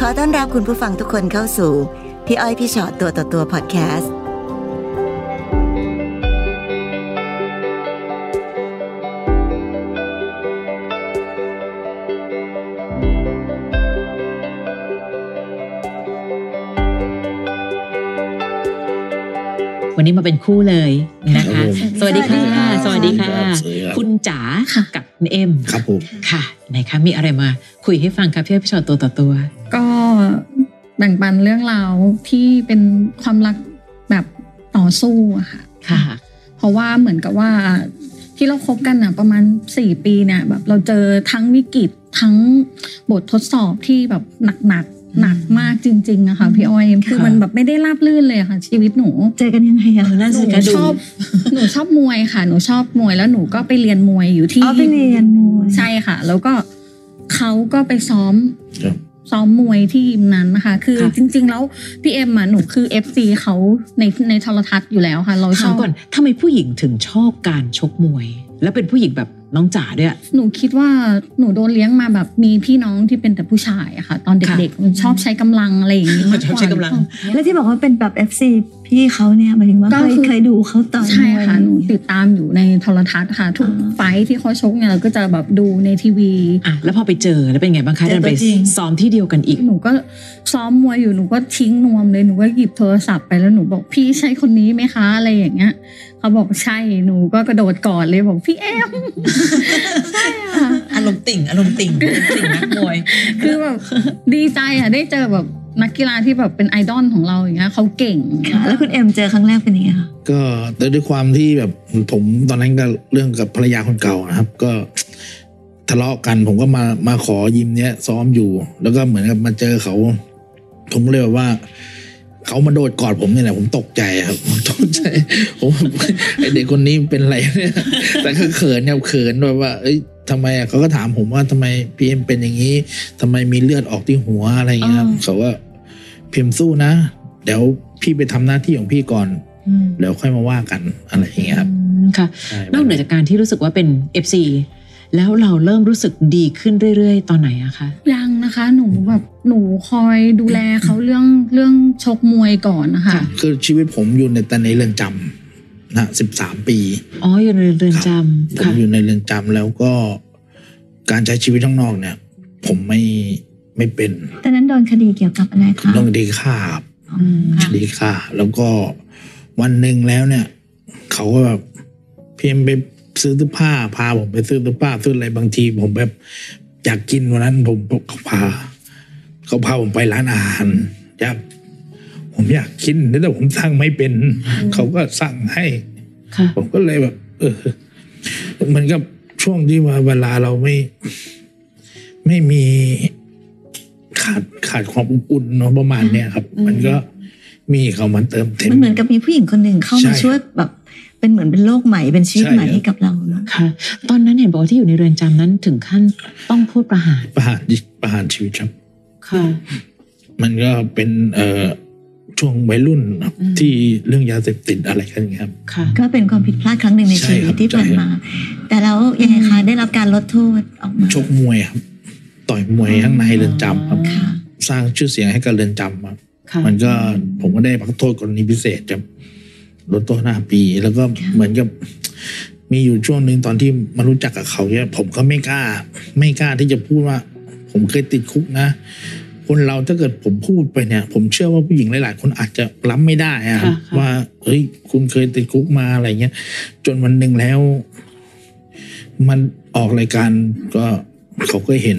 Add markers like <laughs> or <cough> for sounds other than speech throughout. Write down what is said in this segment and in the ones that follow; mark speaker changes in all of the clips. Speaker 1: ขอต้อนรับคุณผู้ฟังทุกคนเข้าสู่ พี่อ้อยพี่ชอตตัวต่อตัวพอดแคสต์
Speaker 2: วันนี้มาเป็นคู่เลยนะคะ ส
Speaker 1: สวั
Speaker 2: วัส
Speaker 1: สดี
Speaker 2: ดีค่ะ
Speaker 1: ค่ะ
Speaker 2: สวัสดีค่ะ
Speaker 3: สวัสดีรับ
Speaker 2: คุณจ๋า
Speaker 1: ค่ะ
Speaker 2: กับคุณเอ็ม
Speaker 3: ครับผม
Speaker 2: ค่ะไหนคะมีอะไรมา คุยให้ฟังคะพี่อ้อยพี่ชอตตัวต่อตัว
Speaker 4: ก็แบ่งปันเรื่องราวที่เป็นความรักแบบต่อสู้อะค่ะ
Speaker 2: ค่ะ
Speaker 4: เพราะว่าเหมือนกับว่าที่เราคบกันอะประมาณ 4 ปีเนี่ยแบบเราเจอทั้งวิกฤตทั้งบททดสอบที่แบบหนักๆหนักมากจริงๆอะค่ะพี่อ้อยคือมันแบบไม่ได้ราบรื่นเลยอะค่ะ ชีวิตหนู
Speaker 5: เจอกันยังไงอะ
Speaker 2: เออน่า
Speaker 4: ห
Speaker 2: สิ
Speaker 4: นู
Speaker 2: คะดู
Speaker 4: ชอบหนูชอบมวยค่ะ หนูชอบมวยแล้วหนูก็ไปเรียนมวยอยู่ที่
Speaker 5: อ๋อไปเรียนมวย
Speaker 4: ใช่ค่ะ แล้วก็เขาก็ไปซ้อม
Speaker 3: ครับ
Speaker 4: ซ้อมมวยที่ยิมนั้นนะคะ คือ
Speaker 2: ค่ะ
Speaker 4: จริง ๆ แล้วพี่เอ็มอ่ะหนูคือ FC เขาในในโทรทัศน์อยู่แล้วค่ะ เราช
Speaker 2: ถา
Speaker 4: อ
Speaker 2: ม
Speaker 4: บ
Speaker 2: ก่อนทำไมผู้หญิงถึงชอบการชกมวย แล้วเป็นผู้หญิงแบบน้องจ๋าด้วย
Speaker 4: หนูคิดว่าหนูโดนเลี้ยงมาแบบมีพี่น้องที่เป็นแต่ผู้ชายอะค่ะ ตอน
Speaker 2: ค่ะ
Speaker 4: เด็กๆหนูชอบใช้กำลังอะไรอย่างนี้มาก
Speaker 2: ชอบ
Speaker 4: กว่า
Speaker 2: ใช้กำลัง
Speaker 5: แล้วที่บอกว่าเป็นแบบ FC พี่เขาเนี่ยหมายถึงว่าเคยเคยดูเขาต่อย
Speaker 4: ใช่
Speaker 5: มวย
Speaker 4: ค่ะหนู
Speaker 5: อย่างเงี้ย
Speaker 4: ติดตามอยู่ในโทรทัศน์ค่ะ ทุก
Speaker 5: อ่า
Speaker 4: ไฟท์ที่เขาชกเนี่ยเราก็จะแบบดูในทีวี
Speaker 2: อ่ะแล้วพอไปเจอแล้วเป็นไงบ้างคะ
Speaker 1: เจอ
Speaker 2: เดินไป
Speaker 1: ตัวจริง
Speaker 2: ซ้อมที่เดียวกันอีก
Speaker 4: หนูก็ซ้อมมวยอยู่หนูก็ทิ้งนวมเลยหนูก็หยิบโทรศัพท์ไปแล้วหนูบอกพี่ใช่คนนี้ไหมคะอะไรอย่างเงี้ยเขาบอกใช่หนูก็กระโดดกอดเลยบอกพี่เอ็ม <laughs> ใช่ค่ะ
Speaker 1: อารมณ์ติ่ง อารมณ์ติ่งติ่งนักมวย
Speaker 4: คือแบบดีใจอ่ะได้เจอแบบนักกีฬาที่แบบเป็นไอดอลของเราอย่างเงี้ยเขาเก่ง
Speaker 5: ค่ะแล้วคุณเอ็มเจอครั้งแรกเป็นยังไงคะ
Speaker 3: ก็ด้วยความที่แบบผมตอนนั้นก็เรื่องกับภรรยาคนเก่านะครับ ก็ทะเลาะกัน ผมก็มามาขอยิมเนี้ยซ้อมอยู่ แล้วก็เหมือนกับมาเจอเขา ผมเลยแบบว่า เขามาโดดกอดผมนี่แหละผมตกใจครับผมตกใจ <laughs> ผมแบบไอเด็กคนนี้เป็นไร <laughs> เนี่ยแต่ก็เขินเนี่ยเขินแบบว่า เอ้ยทำไมอะเขาก็ถามผมว่าทำไมพีเอ็มเป็นอย่างนี้ทำไมมีเลือดออกที่หัวอะไรอย่างเงี้ยครับเขาว่าพิมพ์สู้นะเดี๋ยวพี่ไปทำหน้าที่ของพี่ก่อน แล้วค่อยมาว่ากันอะไรอย่างเงี้ยครับ
Speaker 2: อืมค่ะ
Speaker 3: ใช่
Speaker 2: นอกเหนือจากการที่รู้สึกว่าเป็น FC แล้วเราเริ่มรู้สึกดีขึ้นเรื่อย ๆ ตอนไหนอะคะ
Speaker 4: ยังนะคะ หนูแบบหนูคอยดูแลเขาเรื่องเรื่องชกมวยก่อนนะคะ
Speaker 2: ค่ะ
Speaker 3: คือชีวิตผมอยู่ในแต่ในเรือนจำนะสิบสามปี
Speaker 2: อ๋ออยู่ในเรือน
Speaker 3: ผ
Speaker 2: จำ
Speaker 3: ม
Speaker 2: ค่ะ
Speaker 3: อยู่ในเรือนจำแล้วก็การใช้ชีวิตข้างนอกเนี่ย ผมไม่ไม่เป็น
Speaker 5: ตอนนั้นโดนคดีเกี่ยวกับอะไรคะ
Speaker 3: ต้องดีค่าครับ
Speaker 2: อืม
Speaker 3: คดีค่า แล้วก็วันหนึ่งแล้วเนี่ย เขาก็แบบเพียงไปซื้อเสื้อผ้าพาผมไปซื้อเสื้อผ้าซื้ออะไรบางที ผมแบบอยากกินวันนั้น ผมเขาพาเขาพาผมไปร้านอาหารอยากผมอยากกินแต่ผมสั่งไม่เป็น เขาก็สั่งให้
Speaker 2: ค่ะ
Speaker 3: ผมก็เลยแบบ เออเหมือนกับช่วงที่ว่าเวลาเราไม่ ไม่มีขาดขาดความอบอุ่นเนาะประมาณเนี้ยครับ มันก็มีเขามันเติมเต็ม
Speaker 5: มันเหมือนกับมีผู้หญิงคนหนึ่งเข้า
Speaker 3: ใช่
Speaker 5: มาช่วยแบบ เป็นเหมือนเป็นโลกใหม่เป็นชีวิต
Speaker 3: ใช่
Speaker 5: ใหม่
Speaker 3: ครับ
Speaker 5: ให้กับเราเนอะ
Speaker 2: ค่ะ ตอนนั้นเห็นบอกว่าที่อยู่ในเรือนจำนั้นถึงขั้นต้องโทษประหาร
Speaker 3: ประหารประหารชีวิตครับ
Speaker 2: ค่ะ
Speaker 3: มันก็เป็น เอ่อช่วงวัยรุ่นครับ
Speaker 2: อืม
Speaker 3: ที่เรื่องยาเสพติดอะไรกันเงี้ยครับ
Speaker 2: ค่ะ
Speaker 5: ก็เป็นความผิดพลาดครั้งหนึ่งใน
Speaker 3: ใช่
Speaker 5: ชีวิ
Speaker 3: ครั
Speaker 5: ต
Speaker 3: บ
Speaker 5: ที่ผ่าน
Speaker 3: ใช่
Speaker 5: มา แต่แล้วยังไงคะได้รับการลดโทษออกมา
Speaker 3: ชกมวยครับ ต่อยมวยข้างในเรือนจำครับ
Speaker 5: ค่ะ
Speaker 3: สร้างชื่อเสียงให้กับเรือนจำครับ
Speaker 2: ค่ะ
Speaker 3: มันก็ผมก็ได้พักโทษกรณีพิเศษจะลดโทษห้าปี แล้วก็
Speaker 5: ค่ะ
Speaker 3: เหมือนกับ มีอยู่ช่วงหนึ่งตอนที่มารู้จักกับเขาเนี่ยผมก็ไม่กล้า ไม่กล้าที่จะพูดว่า ผมเคยติดคุกนะ คนเราถ้าเกิดผมพูดไปเนี่ย ผมเชื่อว่าผู้หญิงหลาย ๆ คนอาจจะรับไม่ได้อะ
Speaker 2: ค่ะค่ะ
Speaker 3: ว่าเฮ้ยคุณเคยติดคุกมาอะไรเงี้ยจนวันหนึ่งแล้ว มันออกรายการก็เขาก็เห็น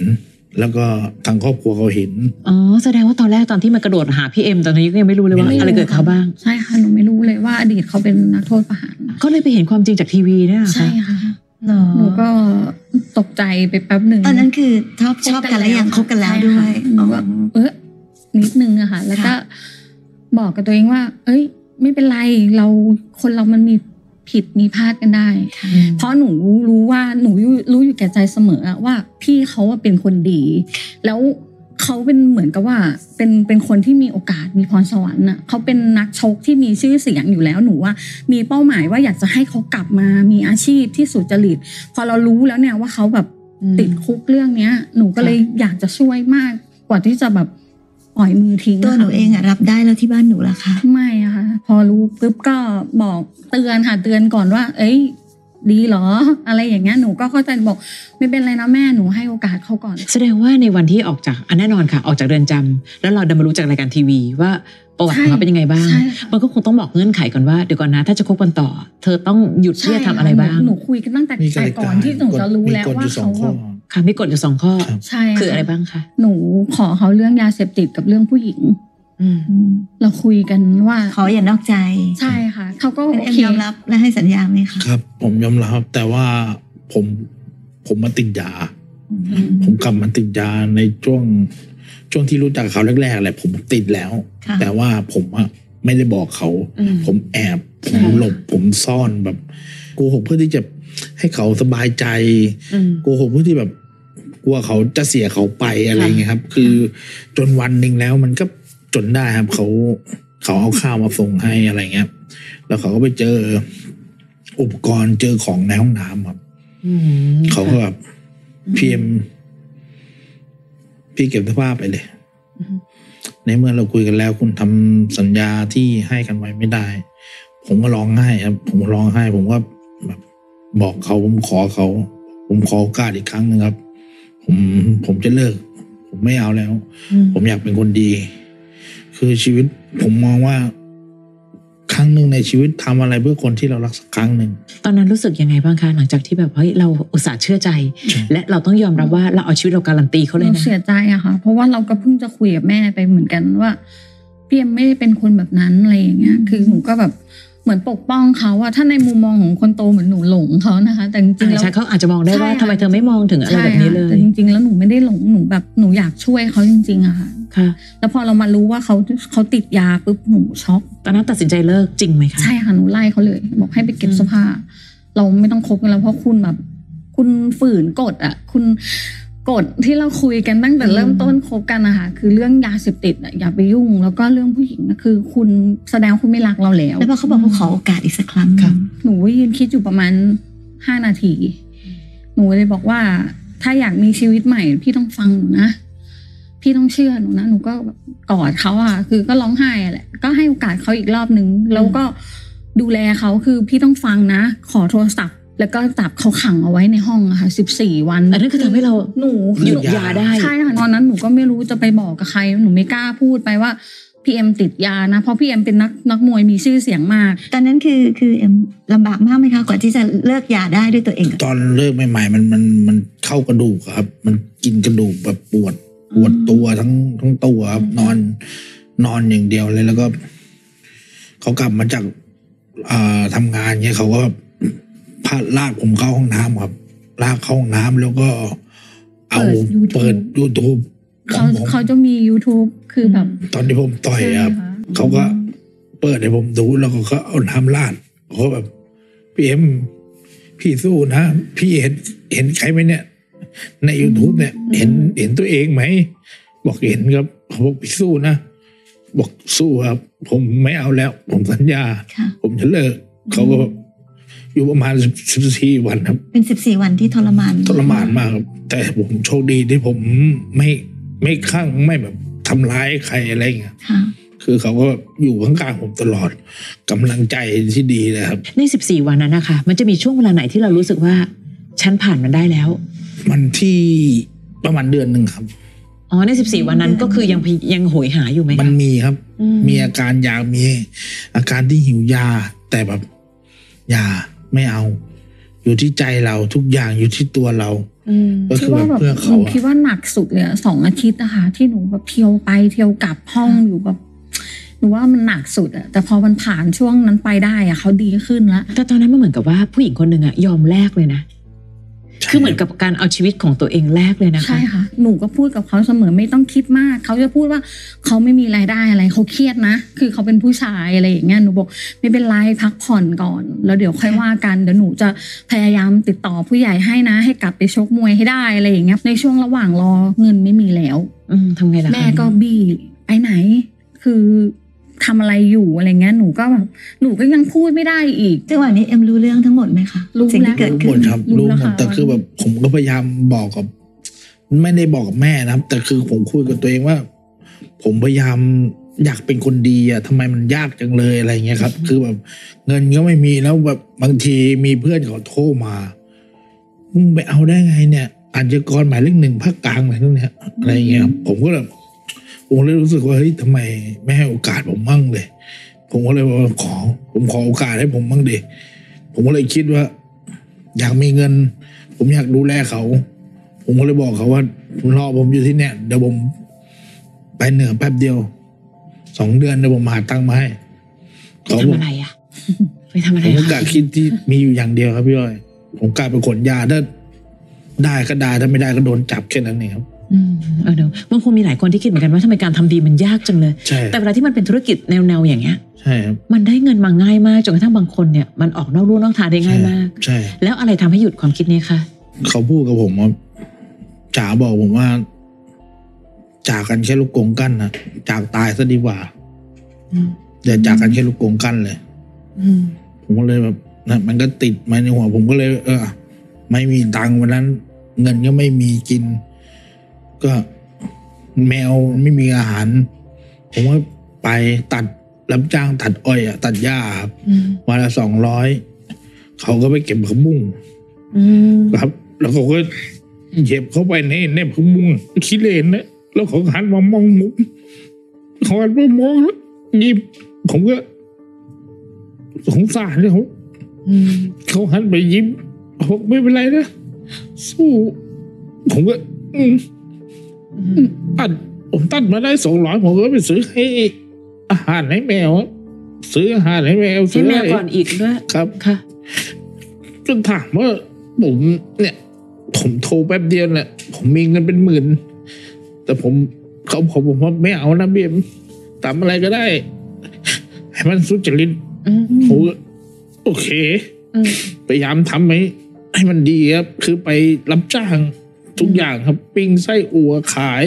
Speaker 3: แล้วก็ทางครอบครัวเขาเห็น
Speaker 2: อ๋อ แสดงว่าตอนแรกตอนที่มันกระโดดหาพี่เอ็มตอนนี้ก็ยังไม่รู้เลยว่า
Speaker 3: ไม่รู้
Speaker 2: อะไรเกิดเขาบ้าง
Speaker 4: ใช่ค่ะหนูไม่รู้เลยว่าอดีตเขาเป็นนักโทษประหารนะ
Speaker 2: ก็เลยไปเห็นความจริงจากทีวีเนี่ยเหรอคะ
Speaker 4: ใช่ค่ะ
Speaker 5: หรอ
Speaker 4: หนูก็ตกใจไปแป๊บหนึ่ง
Speaker 5: ตอนนั้นคือชอบชอบกันแล้วยังคบกันแล้วด้วย
Speaker 4: หนูก็เออนิดนึงอะค่ะ แล้วก็บอกกับตัวเองว่า เอ้ย ไม่เป็นไรเราคนเรามันมีผิดมีพลาดกันได้
Speaker 2: อืม
Speaker 4: เพราะหนูรู้ว่าหนูรู้อยู่แก่ใจเสมออะว่าพี่เขาอะเป็นคนดี แล้วเขาเป็นเหมือนกับว่า เป็นเป็นคนที่มีโอกาสมีพรสวรรค์อะเขาเป็นนักชกที่มีชื่อเสียงอยู่แล้วหนูว่า มีเป้าหมายว่าอยากจะให้เขากลับมามีอาชีพที่สุจริต พอเรารู้แล้วเนี่ยว่าเขาแบบ
Speaker 2: อืม
Speaker 4: ติดคุกเรื่องเนี้ย หนูก็เลยอยากจะช่วยมากกว่าที่จะแบบ ปล่อยมือทิ้ง
Speaker 5: ตัวหนู
Speaker 4: ค่ะ
Speaker 5: เองอะรับได้แล้วที่บ้านหนูล่ะคะ
Speaker 4: ไม่อะค่ะ พอรู้ปุ๊บก็บอกเตือนค่ะเตือนก่อนว่า เอ้ย ดีเหรอ อะไรอย่างเงี้ยหนูก็เข้าใจบอก ไม่เป็นไรนะแม่หนูให้โอกาสเขาก่อน
Speaker 2: แสดงว่าในวันที่ออกจากอันแน่นอนค่ะ ออกจากเรือนจำแล้วเราดันมารู้จากรายการทีวีว่าประวัติของเขาเป็นยังไงบ้าง
Speaker 4: ใช่ค่ะ
Speaker 2: มันก็คงต้องบอกเงื่อนไขก่อนว่าเดี๋ยวก่อนนะ ถ้าจะคบกันต่อ เธอต้องหยุดที่จะทำอะไรบ้าง
Speaker 4: หนูคุยกันตั้งแต่
Speaker 3: มี
Speaker 4: แต่ก่อนที่หนูจะรู้แล้วว่าเขา
Speaker 3: ข้อ
Speaker 4: แบบ
Speaker 2: ค่ะมีกฎอยู่สองข้อ
Speaker 3: ครับ
Speaker 4: ใช่
Speaker 2: คืออะไรบ้างคะ
Speaker 4: หนูขอเขาเรื่องยาเสพติดกับเรื่องผู้หญิง
Speaker 2: อืม
Speaker 5: อืม
Speaker 4: เราคุยกันว่า
Speaker 5: ขออย่านอกใจ
Speaker 4: ใช่ค่ะเขาก็
Speaker 5: เป็น
Speaker 4: โอ
Speaker 5: เอ็ม
Speaker 4: เค
Speaker 5: ยอมรับและให้สัญญาไหมคะ
Speaker 3: ครับ ผมยอมรับครับแต่ว่าผมผมมาติดยา
Speaker 5: อืม
Speaker 3: ผมกลับมาติดยาในช่วงช่วงที่รู้จักเขาแรกๆแหละผมติดแล้ว
Speaker 5: ค่ะ
Speaker 3: แต่ว่าผมอะไม่ได้บอกเขา
Speaker 2: อืม
Speaker 3: ผมแอบ ผมหลบผมซ่อนแบบโกหกเพื่อที่จะให้เขาสบายใจ
Speaker 2: อืม
Speaker 3: โกหกเพื่อที่แบบกลัวเขาจะเสียเขาไปอะไรอย่างเงี้ยครับ คือจนวันหนึ่งแล้วมันก็จนได้ครับ เขาเขาเอาข้าวมาส่งให้อะไรเงี้ย แล้วเขาก็ไปเจออุปกรณ์เจอของในห้องน้ำครับ
Speaker 2: อืม
Speaker 3: เขาก็แบบ
Speaker 2: อืม
Speaker 3: พีเอ็มพี่เก็บเสื้อผ้าไปเลย
Speaker 2: อือฮึ
Speaker 3: ในเมื่อเราคุยกันแล้ว คุณทำสัญญาที่ให้กันไว้ไม่ได้ ผมก็ร้องไห้ครับ ผมก็ร้องไห้ ผมก็แบบบอกเขาผมขอเขา ผมขอโอกาสอีกครั้งหนึ่งครับ ผมผมจะเลิก ผมไม่เอาแล้ว
Speaker 2: อืม
Speaker 3: ผมอยากเป็นคนดี คือชีวิตผมมองว่า ครั้งหนึ่งในชีวิตทำอะไรเพื่อคนที่เรารักสักครั้งหนึ่ง
Speaker 2: ตอนนั้นรู้สึกยังไงบ้างคะหลังจากที่แบบเฮ้ยเราอุตส่าห์เชื่อใจ
Speaker 3: ใช่
Speaker 2: และเราต้องยอมรับว่าเราเอาชีวิตเราการันตีเขาเลย
Speaker 4: เรา
Speaker 2: นะ
Speaker 4: เสียใจอะค่ะ เพราะว่าเราก็เพิ่งจะคุยกับแม่ไปเหมือนกันว่าพี่เอ็มไม่ได้เป็นคนแบบนั้นอะไรอย่างเงี้ย คือหนูก็แบบเหมือนปกป้องเขาอะถ้าในมุมมองของคนโตเหมือนหนูหลงเขานะคะ แต่จริงๆแล้ว
Speaker 2: ใช่เขาอาจจะมองได้ว่า
Speaker 4: ใช่ค่ะ
Speaker 2: ทำไมเธอไม่มองถึงอะไรแบบนี้เลย
Speaker 4: ใช่ค่ะแต่จริง ๆ แล้วหนูไม่ได้หลงหนูแบบหนูอยากช่วยเขาจริงๆอะค่ะ
Speaker 2: ค่ะ
Speaker 4: แล้วพอเรามารู้ว่าเขาเขาติดยาปุ๊บหนูช็อก
Speaker 2: ตอนนั้นตัดสินใจเลิกจริงไหมคะ
Speaker 4: ใช่ค่ะหนูไล่เขาเลย บอกให้ไปเก็บ
Speaker 2: อืม
Speaker 4: เสื้อผ้า เราไม่ต้องคบกันแล้วเพราะคุณแบบ คุณฝืนกฎอ่ะ คุณกฎที่เราคุยกันตั้งแต่เริ่มต้นคบกันนะคะคือเรื่องยาเสพติดอะอย่าไปยุ่ง แล้วก็เรื่องผู้หญิงนะคือ คุณแสดงว่าคุณไม่รักเราแล้ว
Speaker 5: แล้วพอเขาบอกเขาขอโอกาสอีกสักครั้งหนึ่ง
Speaker 2: ครับ
Speaker 4: หนูยืนคิดอยู่ประมาณห้านาที หนูเลยบอกว่า ถ้าอยากมีชีวิตใหม่ พี่ต้องฟังหนูนะ พี่ต้องเชื่อหนูนะหนูก็แบบกอดเขาอะคือก็ร้องไห้อะแหละก็ให้โอกาสเขาอีกรอบนึง แล้วก็ดูแลเขาคือพี่ต้องฟังนะ ขอโทรศัพท์ แล้วก็จับเขาขังเอาไว้ในห้องอะค่ะสิบสี่วัน
Speaker 2: อันนั้นคือทำให้เรา
Speaker 4: หนู
Speaker 2: หยุด
Speaker 4: นู
Speaker 2: ยาได้
Speaker 4: ใช่ค่ะตอนนั้นหนูก็ไม่รู้จะไปบอกกับใคร หนูไม่กล้าพูดไปว่าพี่เอ็มติดยานะ เพราะพี่เอ็มเป็นนักนักมวยมีชื่อเสียงมาก
Speaker 5: ตอนนั้นคือคือเอ็มลำบากมากไหมคะกว่าที่จะเลิกหย่าได้ด้วยตัวเองอะ
Speaker 3: ตอนเลิกใหม่ๆมันมันมันเข้ากระดูกอะครับ มันกินกระดูกแบบปวด ปวดตัวทั้งทั้งตัวครับนอนนอนอย่างเดียวเลยแล้วก็ เขากลับมาจากอ่าทำงานเนี่ยเขาก็พาลากผมเข้าห้องน้ำครับลากเข้าห้องน้ำแล้วก็ เอา
Speaker 4: เปิ
Speaker 3: เปิ
Speaker 4: ด
Speaker 3: ดยูทูบข
Speaker 4: เขา
Speaker 3: องผม
Speaker 4: เขาจะมี YouTube คือแบบ
Speaker 3: ตอนที่ผมต่อยอะครับ เขาก็เปิดให้ผมดูแล้วเขาก็เอาน้ำราดเขาแบบพี่เอ็มพี่สู้นะ พี่เห็นเห็นใครไหมเนี่ย ใน YouTube เนี่ย เห็นเห็นตัวเองไหม บอกเห็นครับเขาบอกพี่สู้นะ บอกสู้ครับ ผมไม่เอาแล้ว ผมสัญญา
Speaker 5: ค่ะ
Speaker 3: ผมจะเลิก เขาก็แบบอยู่ประมาณสิบสี่วันครับ
Speaker 5: เป็นสิบสี่วันที่ทรมาน
Speaker 3: ทรมานมากครับแต่ผมโชคดีที่ผมไม่ไม่ข้างไม่แบบทำร้ายใครอะไรอย่างเงี้ย
Speaker 5: ค่ะ
Speaker 3: คือเขาก็อยู่ข้างๆผมตลอดกำลังใจที่ดีนะครับ
Speaker 2: ใน 14 วันนั้นนะคะ มันจะมีช่วงเวลาไหนที่เรารู้สึกว่าฉันผ่านมันได้แล้ว
Speaker 3: มันที่ประมาณเดือนหนึ่งครับ
Speaker 2: อ๋อใน 14 วันนั้นก็คือยังพยยังโหยหาอยู่ไหม
Speaker 3: มั
Speaker 2: คะ
Speaker 3: นมีครับ
Speaker 2: อื
Speaker 3: มีอาการอยากมี อาการที่หิวยา แต่แบบยาไม่เอา อยู่ที่ใจเราทุกอย่างอยู่ที่ตัวเรา
Speaker 2: อืม
Speaker 3: ก็
Speaker 4: คิ
Speaker 3: คื
Speaker 4: ด
Speaker 3: อแบ
Speaker 4: ว่า
Speaker 3: บ
Speaker 4: แบบ
Speaker 3: เพื่อ
Speaker 4: ห
Speaker 3: เขา
Speaker 4: นู
Speaker 3: อะ
Speaker 4: คิดว่าหนักสุดเลยอะสองอาทิตย์นะคะที่หนูแบบเที่ยวไปเที่ยวกลับห้องอยู่แบบหนูว่ามันหนักสุดอะแต่พอมันผ่านช่วงนั้นไปได้อะเขาดีขึ้นละ
Speaker 2: แต่ตอนนั้นมันเหมือนกับว่าผู้หญิงคนหนึ่งอะยอมแลกเลยนะ คือเหมือนกับการเอาชีวิตของตัวเองแลกเลยนะคะ
Speaker 4: ใช่ค่ะ หนูก็พูดกับเขาเสมอไม่ต้องคิดมาก เขาจะพูดว่าเขาไม่มีรายได้อะไรเขาเครียดนะ คือเขาเป็นผู้ชายอะไรอย่างเงี้ยหนูบอกไม่เป็นไรพักผ่อนก่อน แล้วเดี๋ยวค่อยว่ากันเดี๋ยวหนูจะพยายามติดต่อผู้ใหญ่ให้นะ ให้กลับไปชกมวยให้ได้อะไรอย่างเงี้ยในช่วงระหว่างรอเงินไม่มีแล้ว
Speaker 2: อืมทำไงล่ะคะ
Speaker 4: แม่ก็บี้ไปไหน คือทำอะไรอยู่อะไรเงี้ยหนูก็แบบหนูก็ยังพูดไม่ได้อีก
Speaker 5: จังหวะนี้เอ็มรู้เรื่องทั้งหมดไหมคะ
Speaker 4: รู้
Speaker 5: สิ่ง
Speaker 4: แล้
Speaker 5: ที่
Speaker 4: ว
Speaker 5: เกิด
Speaker 3: หม
Speaker 5: ขึ้
Speaker 3: ด
Speaker 5: น
Speaker 3: ครับ
Speaker 4: รู้
Speaker 3: รู้
Speaker 4: แล้ว
Speaker 3: หมด
Speaker 4: ค่ะ
Speaker 3: แต่คือแบบผมก็พยายามบอกกับ ไม่ได้บอกกับแม่นะครับ แต่คือผมคุยกับตัวเองว่า ผมพยายามอยากเป็นคนดีอะทำไมมันยากจังเลยอะไรเงี้ยครับ คือแบบเงินก็ไม่มีแล้วแบบบางทีมีเพื่อนเขาโทรมามึงไปเอาได้ไงเนี่ยอาจกรหมายเลขหนึ่งภาคกลางอะไรพวกเนี้ยอะไรเงี้ยครับผมก็แบบผมเลยรู้สึกว่าเฮ้ยทำไมไม่ให้โอกาสผมมั่งเลย ผมก็เลยบอกว่าขอ ผมขอโอกาสให้ผมบ้างดิผมก็เลยคิดว่า อยากมีเงิน ผมอยากดูแลเขา ผมก็เลยบอกเขาว่าผมรอผมอยู่ที่เนี่ยเดี๋ยวผมไปเหนือแป๊บเดียวสองเดือนเดี๋ยวผมหาตังค์มาให้
Speaker 2: ไป
Speaker 3: เขาบ
Speaker 2: ทำ
Speaker 3: อก
Speaker 2: อะไรอ่ะ ไปทำอะไร
Speaker 3: ผมก็
Speaker 2: คะ
Speaker 3: กะคิดที่มีอยู่อย่างเดียวครับพี่อ้อย ผมกะไปขนยาถ้าได้ก็ได้ถ้าไม่ได้ก็โดนจับแค่นั้นเองครับ
Speaker 2: อืมเออเดี๋ยวบางคนมีหลายคนที่คิดเหมือนกันว่าทำไมการทำดีมันยากจังเลย
Speaker 3: ใช่
Speaker 2: แต่เวลาที่มันเป็นธุรกิจแนวๆอย่างเงี้ย
Speaker 3: ใช่ครับ
Speaker 2: มันได้เงินมาง่ายมากจนกระทั่งบางคนเนี่ยมันออกนอกลู่นอกทางได้ง่ายมาก
Speaker 3: ใช่
Speaker 2: แล้วอะไรทำให้หยุดความคิดนี้คะ
Speaker 3: เขาพูดกับผมว่าจ๋าบอกผมว่า จากกันแค่ลูกกรงกั้นนะจากตายซะดีกว่าอย่าจากกันแค่ลูกกรงกั้นเลย
Speaker 2: อืม
Speaker 3: ผมก็เลยแบบนะมันก็ติดมาในหัว ผมก็เลย เออ ไม่มีตังค์วันนั้น เงินก็ไม่มีกิน ก็แมวไม่มีอาหาร ผมก็ไปตัดรับจ้างตัดอ้อยอะตัดหญ้าครับ
Speaker 2: อืม
Speaker 3: วันละสองร้อยเขาก็ไปเก็บผักบุ้ง
Speaker 2: อืม
Speaker 3: ครับ แล้วเขาก็เหยียบเข้าไปในในผงมุงขี้เลนนะแล้วเขาก็หันมามองมุมเขาหันมามองแล้วหยิบผมก็สงสารเขา
Speaker 2: อืม
Speaker 3: เขาหันไปยิ้มบอกไม่เป็นไรนะสู้ผมก็ อืม
Speaker 2: อืม
Speaker 3: ตัดผมตัดมาได้สองร้อยผมก็ไปซื้อให้อาหารให้แมวอะซื้ออาหารให้แมว
Speaker 2: ให้
Speaker 3: ซื้อ
Speaker 2: แม่
Speaker 3: อะไร
Speaker 2: ก่อนอีกด้วย
Speaker 3: ครับ
Speaker 2: ค่ะ
Speaker 3: จนถามว่าผมเนี่ย ผมโทรแป๊บเดียวเนี่ยผมมีเงินเป็นหมื่น แต่ผมเขาบอกผมว่าไม่เอานะเบียมทำอะไรก็ได้ ให้มันสุจริต
Speaker 2: อืม
Speaker 3: ผมก็โอเค
Speaker 2: อืม
Speaker 3: พยายามทำให้ให้มันดีครับ คือไปรับจ้างทุกอย่างครับ ปิ้งไส้อั่วขาย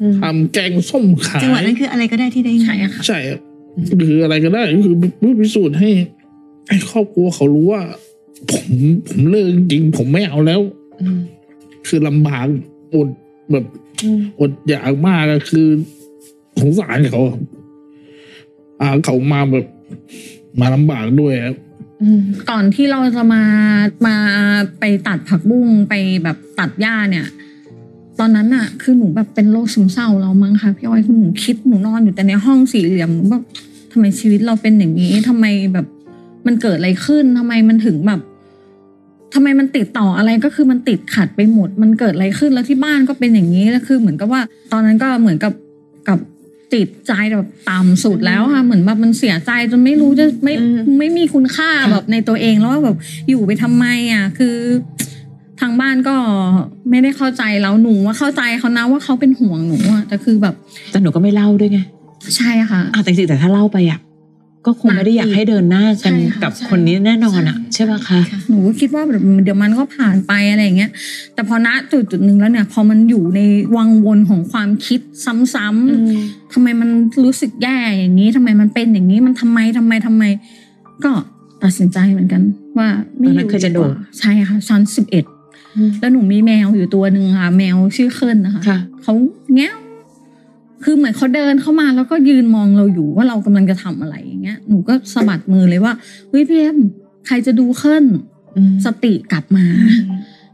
Speaker 2: อืม
Speaker 3: ทำแกงส้มขา
Speaker 5: จังหวะ
Speaker 3: ย
Speaker 5: นั้นคืออะไรก็ได้ที่ได้เงิน
Speaker 4: ใช่ค่ะ
Speaker 3: ใช่ครับคืออะไรก็ได้ก็คือเพื่อพิสูจน์ให้ให้ครอบครัวเขารู้ว่า ผมผมเลิกจริงๆผมไม่เอาแล้ว
Speaker 2: อืม
Speaker 3: คือลำบากอดแบบ
Speaker 2: อืม
Speaker 3: อดอยากมากอะคือสงสารเขาอะอ่าเขามาแบบ มาลำบากด้วยครับ
Speaker 2: อืม
Speaker 4: ก่อนที่เราจะมามาไปตัดผักบุ้งไปแบบตัดหญ้าเนี่ย ตอนนั้นน่ะ คือหนูแบบเป็นโรคซึมเศร้าแล้วมั้งคะพี่อ้อยคือหนูคิดหนูนอนอยู่แต่ในห้องสี่เหลี่ยมหนูแบบทำไมชีวิตเราเป็นอย่างนี้ทำไมแบบมันเกิดอะไรขึ้นทำไมมันถึงแบบทำไมมันติดต่ออะไรก็คือมันติดขัดไปหมด มันเกิดอะไรขึ้นแล้วที่บ้านก็เป็นอย่างนี้แล้วคือเหมือนกับว่า ตอนนั้นก็เหมือนกับกับติดใจแบบต่ำสุดแล้วค่ะเหมือนแบบมันเสียใจจนไม่รู้จะไม่
Speaker 2: อืม
Speaker 4: ไม่มีคุณค่าแบบในตัวเองแล้วว่าแบบอยู่ไปทำไมอ่ะคือ ทางบ้านก็ไม่ได้เข้าใจแล้วหนูว่าเข้าใจเขานะว่าเขาเป็นห่วงหนูอ่ะแต่คือแบบ
Speaker 2: แต่หนูก็ไม่เล่าด้วยไง
Speaker 4: ใช่ค่ะ
Speaker 2: อ่ะแต่จริงๆแต่ถ้าเล่าไปอ่ะก็คงไม่ได้อยากให้เดินหน้ากัน
Speaker 4: ใช่ค่ะ
Speaker 2: กับ
Speaker 4: ใช่
Speaker 2: คนนี้แน่นอนอ่ะ ใช่ป่ะคะ
Speaker 4: หนูก็คิดว่าแบบเดี๋ยวมันก็ผ่านไปอะไรอย่างเงี้ย แต่พอณจุดจุดหนึ่งแล้วเนี่ย พอมันอยู่ในวังวนของความคิดซ้ำๆ ทำไมมันรู้สึกแย่อย่างนี้ทำไมมันเป็นอย่างนี้มันทำไมทำไมทำไม ก็ตัดสินใจเหมือนกัน ว่าไม่
Speaker 2: ตอน
Speaker 4: อ
Speaker 2: นั้น
Speaker 4: ยู่
Speaker 2: เคยจะ
Speaker 4: กว่า
Speaker 2: โดด
Speaker 4: ใช่ค่ะชั้นสิบเอ็ด
Speaker 2: อืม
Speaker 4: แล้วหนูมีแมวอยู่ตัวหนึ่งค่ะแมวชื่อเคินนะคะ
Speaker 2: ค่ะ
Speaker 4: เขาแง้วคือเหมือนเขาเดินเข้ามาแล้วก็ยืนมองเราอยู่ว่าเรากำลังจะทำอะไรอย่างเงี้ยหนูก็สะบัดมือเลยว่าเฮ้ยพี่เอ็มใครจะดูเคิน
Speaker 2: อืม
Speaker 4: สติกลับมา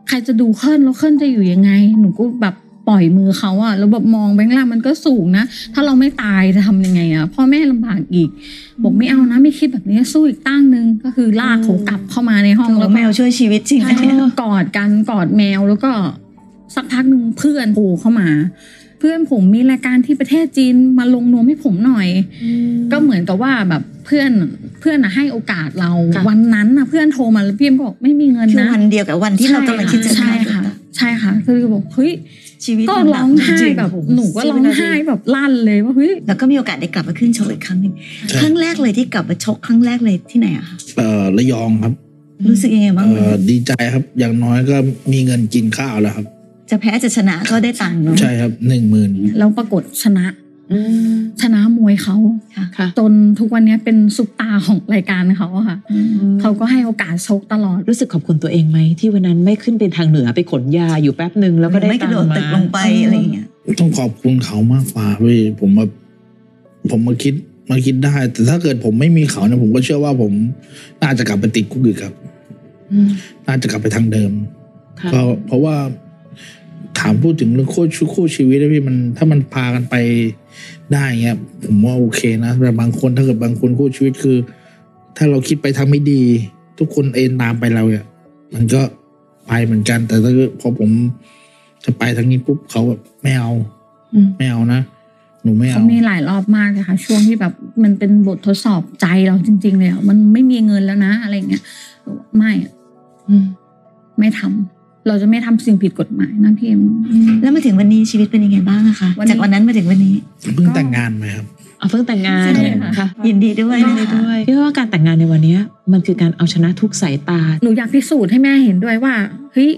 Speaker 4: ใครจะดูเคลื่อนแล้วเคลื่อนจะอยู่ยังไง หนูก็แบบปล่อยมือเขาอะแล้วแบบมองไปข้างล่างมันก็สูงนะ ถ้าเราไม่ตายจะทำยังไงอะพ่อแม่ลำบากอีก บอกไม่เอานะไม่คิดแบบนี้สู้อีกตั้งนึงก็คือลากเขากลับเข้ามาในห้อง
Speaker 5: โถ
Speaker 4: แล้ว
Speaker 5: แม
Speaker 4: ก็
Speaker 5: วช่วยชีวิตจริงนะ
Speaker 4: ใช่
Speaker 5: เนี่ย
Speaker 4: กอดกันกอดแมวแล้วก็สักพักหนึ่งเพื่อนโผล่เข้ามา เพื่อนผมมีรายการที่ประเทศจีนมาลงนวมให้ผมหน่อย ก็เหมือนกับว่าแบบเพื่อนเพื่อนนะให้โอกาสเรา
Speaker 2: ค่ะ
Speaker 4: วันนั้นนะเพื่อนโทรมาแล้วพี่เอ็มก็บอกไม่มีเงิน
Speaker 5: คือ
Speaker 4: นะ
Speaker 5: วันเดียวกับวันที่เรากำลังคิดจะ
Speaker 4: ใช่
Speaker 5: ฆ่าตัว
Speaker 4: ค่ะ
Speaker 5: ตาย
Speaker 4: ใช่ค่ะ คือบอกเฮ้ย
Speaker 5: ชีวิต
Speaker 4: ก็
Speaker 5: มัน
Speaker 4: ร้องไห้
Speaker 5: จริๆ
Speaker 4: แบบ
Speaker 5: โโ
Speaker 4: หนูก็ร้องไห้แบบลั่นเลยว่าเฮ้ย
Speaker 5: แล้วก็มีโอกาสได้กลับมาขึ้นโชว์อีกครั้งหนึ่ง
Speaker 3: ใช่
Speaker 5: ครั้งแรกเลยที่กลับมาชกครั้งแรกเลยที่ไหนอะคะ
Speaker 3: เอ่อระยองครับ
Speaker 5: รู้สึกยังไงบ้าง
Speaker 3: เอ่อดีใจครับ อย่างน้อยก็มีเงินกินข้าวแล้วครับ
Speaker 5: จะแพ้จะชนะก็ได้ตังค์เนาะ
Speaker 3: ใช่ครับหนึ่งหมื่น
Speaker 4: แล้วปรากฏชนะ
Speaker 2: อืม
Speaker 4: ชนะมวยเขา
Speaker 2: ค่ะ
Speaker 4: จนทุกวันนี้เป็นซุปตาของรายการเขาอะค่ะ
Speaker 5: อืม
Speaker 4: เขาก็ให้โอกาสชกตลอด
Speaker 2: รู้สึกขอบคุณตัวเองไหมที่วันนั้นไม่ขึ้นเป็นทางเหนือไปขนยาอยู่แป๊บหนึ่งแล้วก็ได้
Speaker 5: ไม่กระโดด
Speaker 2: ตังค์มา
Speaker 5: ตึกลงไปอะไรอย่างเงี้ย
Speaker 3: ต้องขอบคุณเขามากกว่าพี่ผมมาผมมาคิดมาคิดได้ แต่ถ้าเกิดผมไม่มีเขาเนี่ยผมก็เชื่อว่าผมน่าจะกลับไปติดคุกอีกครับ
Speaker 2: อืม
Speaker 3: น่าจะกลับไปทางเดิม
Speaker 2: ค่ะ
Speaker 3: ก็เพราะว่าถามพูดถึงเรื่องโคชคู่ชีวิตนะพี่มันถ้ามันพากันไปได้เงี้ย ผมว่าโอเคนะแต่บางคนถ้าเกิดบางคนคู่ชีวิตคือ ถ้าเราคิดไปทางไม่ดี ทุกคนเอ็นตามไปเราเนี่ยมันก็ไปเหมือนกัน แต่ถ้าเกิดพอผมจะไปทางนี้ปุ๊บเขาแบบไม่เอา
Speaker 2: อืม
Speaker 3: ไม่เอานะหนูไม่
Speaker 4: เขา
Speaker 3: เอา
Speaker 4: มีหลายรอบมากเลยค่ะ ช่วงที่แบบมันเป็นบททดสอบใจเราจริง ๆ เลยอะมันไม่มีเงินแล้วนะ อะไรอย่างเงี้ยไม่อะ
Speaker 2: อืม
Speaker 4: ไม่ทำเราจะไม่ทำสิ่งผิดกฎหมายนะพี่เอ็ม
Speaker 5: แล้วมาถึงวันนี้ชีวิตเป็นยังไงบ้างอะคะ
Speaker 4: วันนี้
Speaker 5: จากวันนั้นมาถึงวันนี้
Speaker 3: เพิ่งแต่งงานมาครับ
Speaker 2: เอาเพิ่งแต่งงาน
Speaker 5: ใช่
Speaker 3: ค่ะ
Speaker 2: ค่ะ
Speaker 5: ยินดีด้วย
Speaker 2: ยิน
Speaker 5: นะ
Speaker 2: ดี
Speaker 5: คะ
Speaker 2: ด้วยพี่ว่าการแต่งงานในวันเนี้ยมันคือการเอาชนะทุกสายตา
Speaker 4: หนูอยากพิสูจน์ให้แม่เห็นด้วยว่าเฮ้ย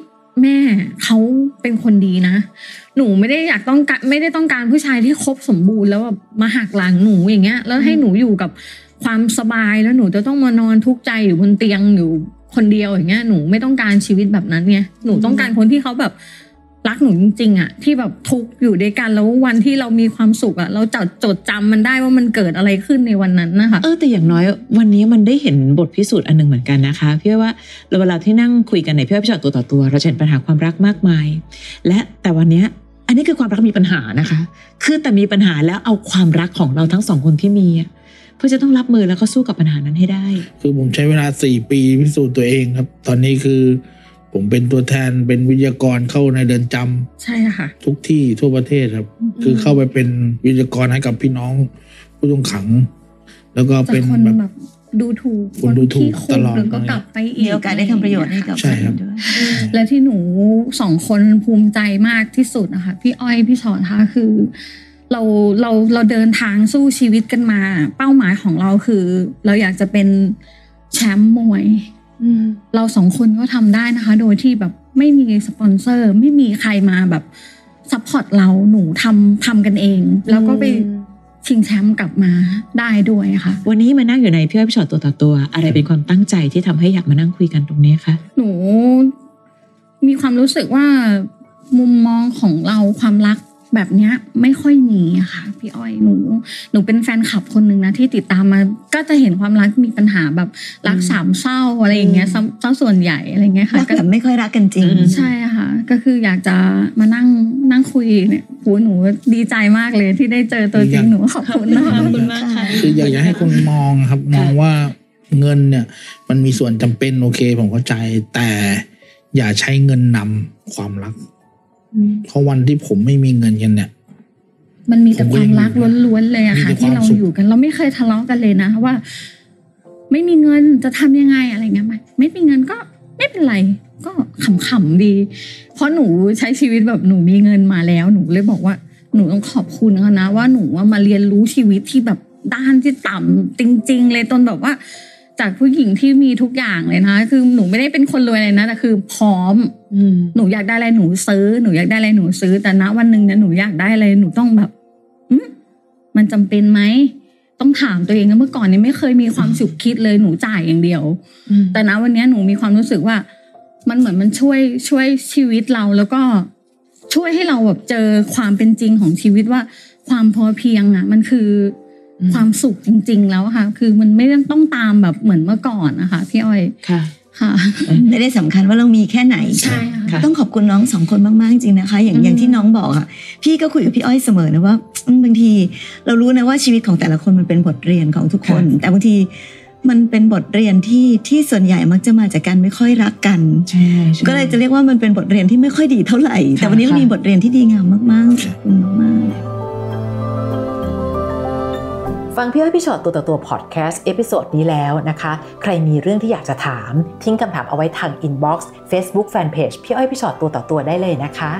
Speaker 4: แม่เขาเป็นคนดีนะ หนูไม่ได้อยากต้องการไม่ได้ต้องการผู้ชายที่ครบสมบูรณ์แล้วแบบมาหักหลังหนูอย่างเงี้ย แล้วให้หนูอยู่กับความสบายแล้วหนูจะต้องมานอนทุกข์ใจอยู่บนเตียงอยู่คนเดียวอย่างเงี้ยหนูไม่ต้องการชีวิตแบบนั้นไงหนูต้องการคนที่เขาแบบรักหนูจริงๆอะที่แบบทุกข์อยู่ด้วยกันแล้ววันที่เรามีความสุขอะเราจะจดจำมันได้ว่ามันเกิดอะไรขึ้นในวันนั้นนะคะ
Speaker 2: เออแต่อย่างน้อยวันนี้มันได้เห็นบทพิสูจน์อันหนึ่งเหมือนกันนะคะพี่ว่าเวลาที่นั่งคุยกันในยพี่ว่าพิจารณาตัวต่อตัว เราจะเห็นปัญหาความรักมากมาย และแต่วันเนี้ยอันนี้คือความรักมีปัญหานะคะ คือแต่มีปัญหาแล้วเอาความรักของเราทั้งสองคนที่มีอะเพื่อจะต้องรับมือแล้วก็สู้กับปัญหานั้นให้ได้
Speaker 3: คือผมใช้เวลาสี่ปีพิสูจน์ตัวเองครับ ตอนนี้คือ ผมเป็นตัวแทนเป็นวิทยากรเข้าในเรือนจำ
Speaker 4: ใช่ค่ะ
Speaker 3: ทุกที่ทั่วประเทศครับ คือเข้าไปเป็นวิทยากรให้กับพี่น้องผู้ต้องขัง แล้วก็
Speaker 4: จาก
Speaker 3: เป็น
Speaker 4: คน
Speaker 3: แบบ
Speaker 4: แบบดูถูก
Speaker 3: คนดูถูก
Speaker 4: ขี้คุ
Speaker 3: ต
Speaker 4: ก
Speaker 3: ลอด
Speaker 4: แล้วก็กลับไปอีก
Speaker 5: มีโอกาสได้ทำประโยชน์ให้กับ
Speaker 3: ใช่ครับ
Speaker 5: นอื่นด้วย
Speaker 4: และที่หนูสองคนภูมิใจมากที่สุดนะคะพี่อ้อยพี่ชอนค่ะคือ เราเราเราเดินทางสู้ชีวิตกันมา เป้าหมายของเราคือ เราอยากจะเป็นแชมป์มวย เราสองคนก็ทำได้นะคะ โดยที่แบบไม่มีสปอนเซอร์ ไม่มีใครมาแบบซัพพอร์ตเราหนูทำทำกันเอง แล้วก็ไปชิงแชมป์กลับมาได้ด้วยค่ะ
Speaker 2: วันนี้มานั่งอยู่ในพี่ว่าพิจารณาตัวต่อตัว อะไรเป็นความตั้งใจที่ทำให้อยากมานั่งคุยกันตรงนี้คะ
Speaker 4: หนูมีความรู้สึกว่ามุมมองของเราความรักแบบเนี้ยไม่ค่อยมีอะค่ะพี่อ้อยหนู หนูเป็นแฟนคลับคนหนึ่งนะที่ติดตามมา ก็จะเห็นความรักมีปัญหาแบบรักสามเศร้าอะไรอย่างเงี้ยซะซะส่วนใหญ่อะไรเงี้ยค่ะ
Speaker 5: รัก
Speaker 4: ก็
Speaker 5: แบบไม่ค่อยรักกันจริง
Speaker 4: ใช่ค่ะ ก็คืออยากจะมานั่งนั่งคุยเนี่ยโหหนูดีใจมากเลยที่ได้เจอตัวจริงหนูขอบคุณนะคะ
Speaker 5: ขอบคุณมากค่ะ
Speaker 3: คืออยากจะให้คนมองครับ มองว่าเงินเนี่ย มันมีส่วนจำเป็นโอเค ผมเข้าใจแต่อย่าใช้เงินนำความรัก เพราะวันที่ผมไม่มีเงินกันเนี่ย
Speaker 4: มันมีแต่ความรักล้วนๆเลยอะค่ะ
Speaker 3: มีแต่
Speaker 4: ที่เรา
Speaker 3: ความสุข
Speaker 4: อยู่กัน เราไม่เคยทะเลาะกันเลยนะว่า ไม่มีเงินจะทำยังไงอะไรเงี้ยไม่ไม่มีเงินก็ไม่เป็นไร ก็ขำๆดี เพราะหนูใช้ชีวิตแบบหนูมีเงินมาแล้วหนูเลยบอกว่าหนูต้องขอบคุณเขานะ ว่าหนูว่ามาเรียนรู้ชีวิตที่แบบด้านที่ต่ำจริง ๆ เลยจนแบบว่า จากผู้หญิงที่มีทุกอย่างเลยนะ คือหนูไม่ได้เป็นคนรวยเลยนะแต่คือพร้อม
Speaker 2: อืม
Speaker 4: หนูอยากได้อะไรหนูซื้อหนูอยากได้อะไรหนูซื้อ แต่ณวันหนึ่งเนี่ยหนูอยากได้อะไรหนูต้องแบบอืมมันจำเป็นไหมต้องถามตัวเองนะเมื่อก่อนเนี่ยไม่เคยมีความสุขคิดเลยหนูจ่ายอย่างเดียว แต่ณวันเนี้ยหนูมีความรู้สึกว่า มันเหมือนมันช่วยช่วยชีวิตเราแล้วก็ช่วยให้เราแบบเจอความเป็นจริงของชีวิตว่า ความพอเพียงอ่ะ มันคืออ
Speaker 2: ม
Speaker 4: ความสุขจริง ๆ แล้วอะค่ะ คือมันไม่ต้องตามแบบเหมือนเมื่อก่อนนะคะพี่อ้อย
Speaker 2: ค่ะ
Speaker 4: ค่ะ
Speaker 5: ไม่ได้สำคัญว่าเรามีแค่ไหน
Speaker 4: ใช่ค่ะ
Speaker 2: ค่ะ
Speaker 5: ต้องขอบคุณน้องสองคนมาก ๆ จริงนะคะ อย่าง
Speaker 4: อืม
Speaker 5: อย่างที่น้องบอกอ่ะพี่ก็คุยกับพี่อ้อยเสมอนะว่าอืมบางทีเรารู้นะว่าชีวิตของแต่ละคนมันเป็นบทเรียนของทุกคน แต่บางทีมันเป็นบทเรียนที่ที่ส่วนใหญ่มักจะมาจากการไม่ค่อยรักกัน
Speaker 2: ใช่ใช่
Speaker 5: ก็เลยจะเรียกว่ามันเป็นบทเรียนที่ไม่ค่อยดีเท่าไหร่ แต่วันนี้เรา
Speaker 2: ค่ะ
Speaker 5: มีบทเรียนที่ดีงามมากๆขอบคุณมากๆ
Speaker 6: ฟังพี่อ้อยพี่ชอตตัวต่อตัวพอดแคสต์เอพิโซดนี้แล้วนะคะ ใครมีเรื่องที่อยากจะถาม ทิ้งคำถามเอาไว้ทางอินบ็อกซ์เฟซบุ๊กแฟนเพจพี่อ้อยพี่ชอตตัวต่อตัวได้เลยนะคะ